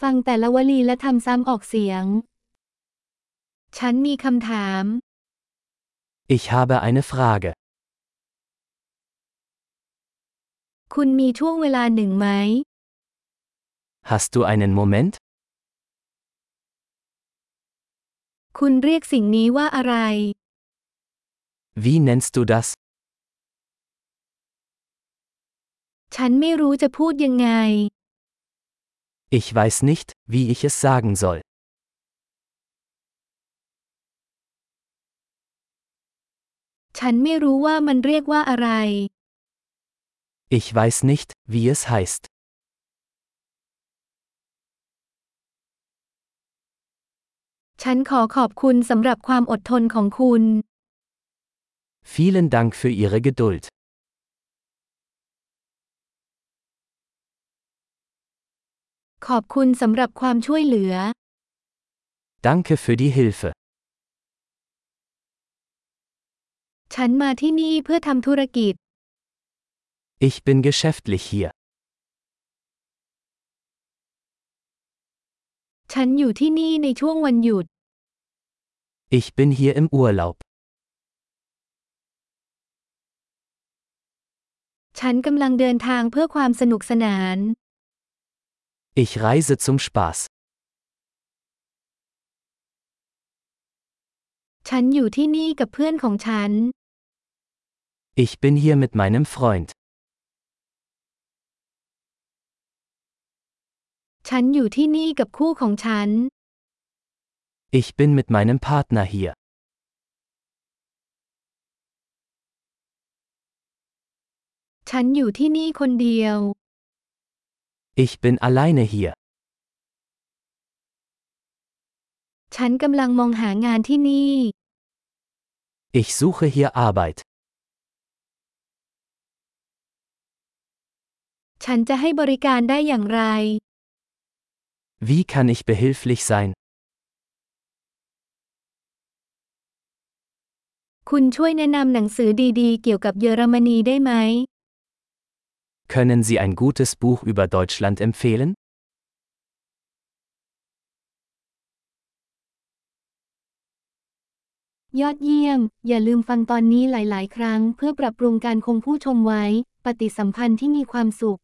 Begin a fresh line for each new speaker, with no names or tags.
ฟังแต่ละวลีและทำซ้ำออกเสียง ฉันมีคำถาม
Ich habe eine Frage.
คุณมีช่วงเวลาหนึ่งไหม
Hast du einen Moment?
คุณเรียกสิ่งนี้ว่าอะไร
Wie nennst du das?
ฉันไม่รู้จะพูดยังไง
Ich weiß nicht, wie ich es sagen soll.
ฉันไม่รู้ว่ามันเรียกว่าอะไร
Ich weiß nicht, wie es heißt.
ฉันขอขอบคุณสำหรับความอดทนของคุณ
Vielen Dank für Ihre Geduld.
ขอบคุณสำหรับความช่วยเหลือ
Danke für die Hilfe.
ฉันมาที่นี่เพื่อทำธุรกิจ
Ich bin geschäftlich hier.
ฉันอยู่ที่นี่ในช่วงวันหยุด
Ich bin hier im Urlaub.
ฉันกำลังเดินทางเพื่อความสนุกสนาน
Ich reise zum Spaß.
ฉันอยู่ที่นี่กับเพื่อนของฉัน
Ich bin hier mit meinem Freund.
ฉันอยู่ที่นี่กับคู่ของฉัน
Ich bin mit meinem Partner hier.
ฉันอยู่ที่นี่คนเดียว
Ich bin alleine hier.
ฉันกำลังมองหางานที่นี่
Ich suche hier Arbeit.
ฉันจะให้บริการได้อย่างไร
Wie kann ich behilflich sein?
คุณช่วยแนะนำหนังสือดีๆ เกี่ยวกับเยอรมนีได้ไหม
Können Sie ein gutes Buch über Deutschland empfehlen?
ยอดเยี่ยม อย่าลืมฟังตอนนี้หลาย ๆ ครั้ง เพื่อปรับปรุงการคงผู้ชมไว้ ปฏิสัมพันธ์ที่มีความสุข